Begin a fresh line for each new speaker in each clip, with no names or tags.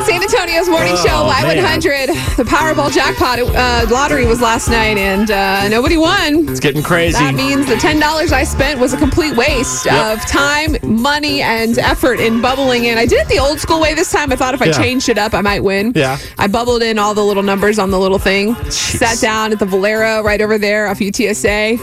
San Antonio's morning show, Live
Oh, man.
100. The Powerball jackpot uh, lottery was last night, and uh, nobody won.
It's getting crazy.
That means the ten dollars I spent was a complete waste
Yep.
of time, money, and effort in bubbling in. I did it the old school way this time. I thought if I
Yeah.
changed it up, I might win.
Yeah.
I bubbled in all the little numbers on the little thing. Sat down at the Valero right over there off UTSA.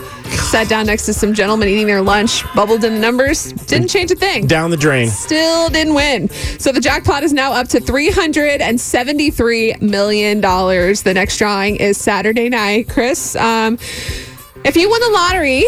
Sat down next to some gentlemen eating their lunch. Bubbled in the numbers. Didn't change a thing
Down the drain.
still didn't win. So the jackpot is now up to $373 million. The next drawing is Saturday night. Chris, um, if you won the lottery,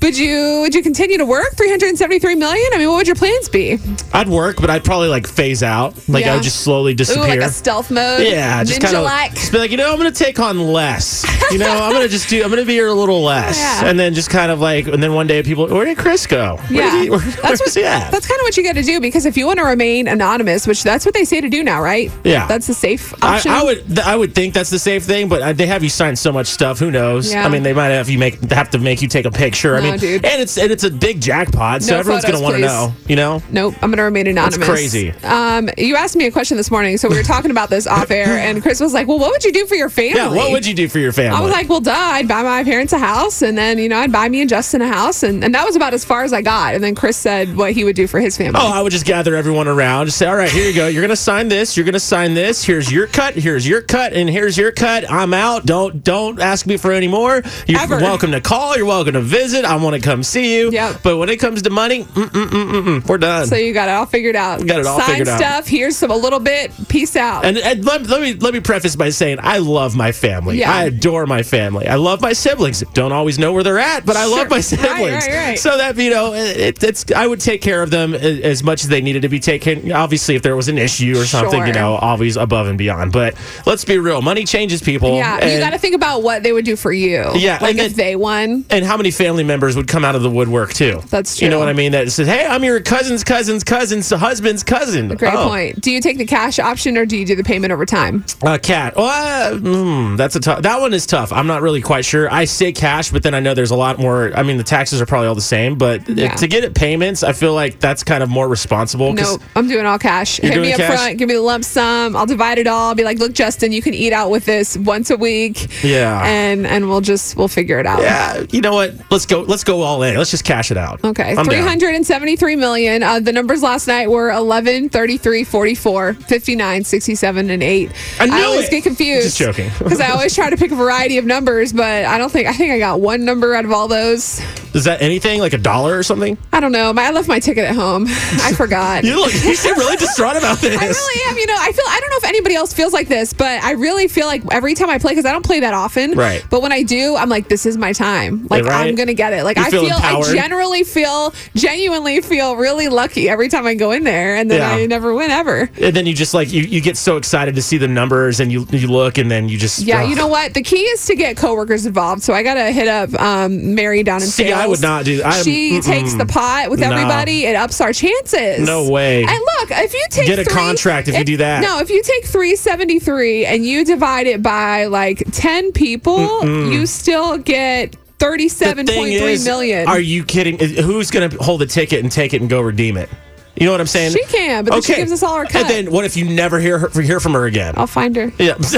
would you would you continue to work 373 million? I mean, what would your plans be?
I'd work, but I'd probably like phase out. Like I
Yeah.
would just slowly
Ooh,
disappear.
like a stealth mode?
yeah, just kind of
ninja-like.
just be like, you know, I'm gonna take on less. You know, I'm gonna just do, I'm gonna be here a little less,
Yeah.
and then just kind of like, and then one day people, where did Chris go? Where
Yeah,
did he, where,
that's what.
where's he at?
That's kind of what you got to do because if you want to remain anonymous, which that's what they say to do now, right?
Yeah.
that's the safe
I,
option.
I would th- I would think that's the safe thing, but I, they have you sign so much stuff. Who knows?
Yeah.
I mean, they might have you make have to make you take a picture. I
No,
mean,
dude.
and it's and it's a big jackpot, so
No
everyone's
photos,
gonna want to
please.
know. You know,
Nope, I'm going to remain anonymous.
crazy.
Um, you asked me a question this morning, so we were talking about this off air, and Chris was like, "Well, what would you do for your family?"
yeah. What would you do for your family?
I was like, "Well, duh, I'd buy my parents a house, and then you know, I'd buy me and Justin a house, and, and that was about as far as I got." And then Chris said what he would do for his family.
Oh, I would just gather everyone around, just say, "All right, here you go. You're gonna sign this. You're gonna sign this. Here's your cut. Here's your cut, and here's your cut. I'm out. Don't don't ask me for any more. You're
Ever.
welcome to call. You're welcome to visit. I want to come see you.
Yep.
But when it comes to money, mm mm mm mm, mm we're done.
So you got it all figured out.
Got it all
Sign
figured out.
stuff, Here's some a little bit. Peace out.
And, and let, let me let me preface by saying I love my family.
Yeah.
I adore my family. I love my siblings. Don't always know where they're at, but I
Sure.
love my
Right,
siblings.
right, right.
So that you know, it, it's I would take care of them a- as much as they needed to be taken. Obviously, if there was an issue or something, you
Sure.
know, always above and beyond. But let's be real, money changes people.
yeah, you
and-
got to think about what they would do for you.
Yeah,
like
and
if
then-
they won.
and how many family members would come out of the woodwork too?
That's
You know
true.
what I mean? That says, "Hey, I'm your cousin's cousin's cousin's husband's cousin."
Great
Oh.
point. Do you take the cash option or do you do the payment over time?
Uh, cat. Well, uh, mm, that's a tough. That one is tough. I'm not really quite sure. I say cash, but then I know there's a lot more. I mean, the taxes are probably all the same, but it-
Yeah.
to get it payments, I feel like that's kind of more responsible. 'cause-
Nope, I'm doing all cash. Hit
doing
me up
cash?
front, give me the lump sum. I'll divide it all. I'll be like, look, Justin, you can eat out with this once a week.
Yeah.
and and we'll just we'll figure it out.
Yeah. You know what? Let's go. Let's go all in. Let's just cash it out.
Okay,
I'm down.
373 million. Uh, the numbers last night were 11, 33, 44, 59, 67, and 8.
I knew
always
it.
get confused.
Just joking.
Because I always try to pick a variety of numbers, but I don't think, I think I got one number out of all those.
Is that anything like a dollar or something?
I don't know. My- I left my ticket at home. I forgot.
You look. You seem really distraught about this.
I really am. You know, I feel I don't know if anybody else feels like this, but I really feel like every time I play, because I don't play that often.
Right.
But when I do, I'm like, this is my time. Like
Right.
I'm gonna get it. Like
You
I
feel
feel,
empowered.
I generally feel, genuinely feel really lucky every time I go in there, and then
Yeah.
I never win ever.
And then you just like you, you get so excited to see the numbers and you you look and then you just
Yeah,
ugh.
you know what? The key is to get coworkers involved. So I gotta hit up um, Mary down in
See,
sales.
I would not do- I'm-
she
mm-mm.
takes the pot with
No.
everybody. It ups our chances.
No way.
And look, if you take
Get a
three-
contract if you do that.
No, if you take three seventy three and you divide it by like ten people, you still get thirty seven point three million.
Are you kidding? Is- Who's going to hold the ticket and take it and go redeem it? You know what I'm saying?
She can, but then she gives us all Oh. our cut.
And then what if you never hear her, hear from her again?
I'll find her.
Yeah,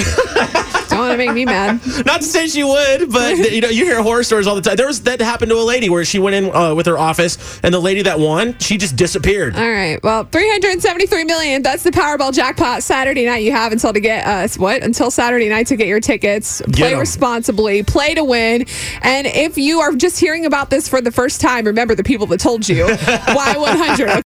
Don't want to make me mad.
not to say she would, but you know you hear horror stories all the time. There was that happened to a lady where she went in uh, with her office, and the lady that won, she just disappeared.
All right. Well, 373 million. That's the Powerball jackpot Saturday night. You have until to get uh what? Until Saturday night to get your tickets. Play
'em.
responsibly. Play to win. And if you are just hearing about this for the first time, remember the people that told you why 100.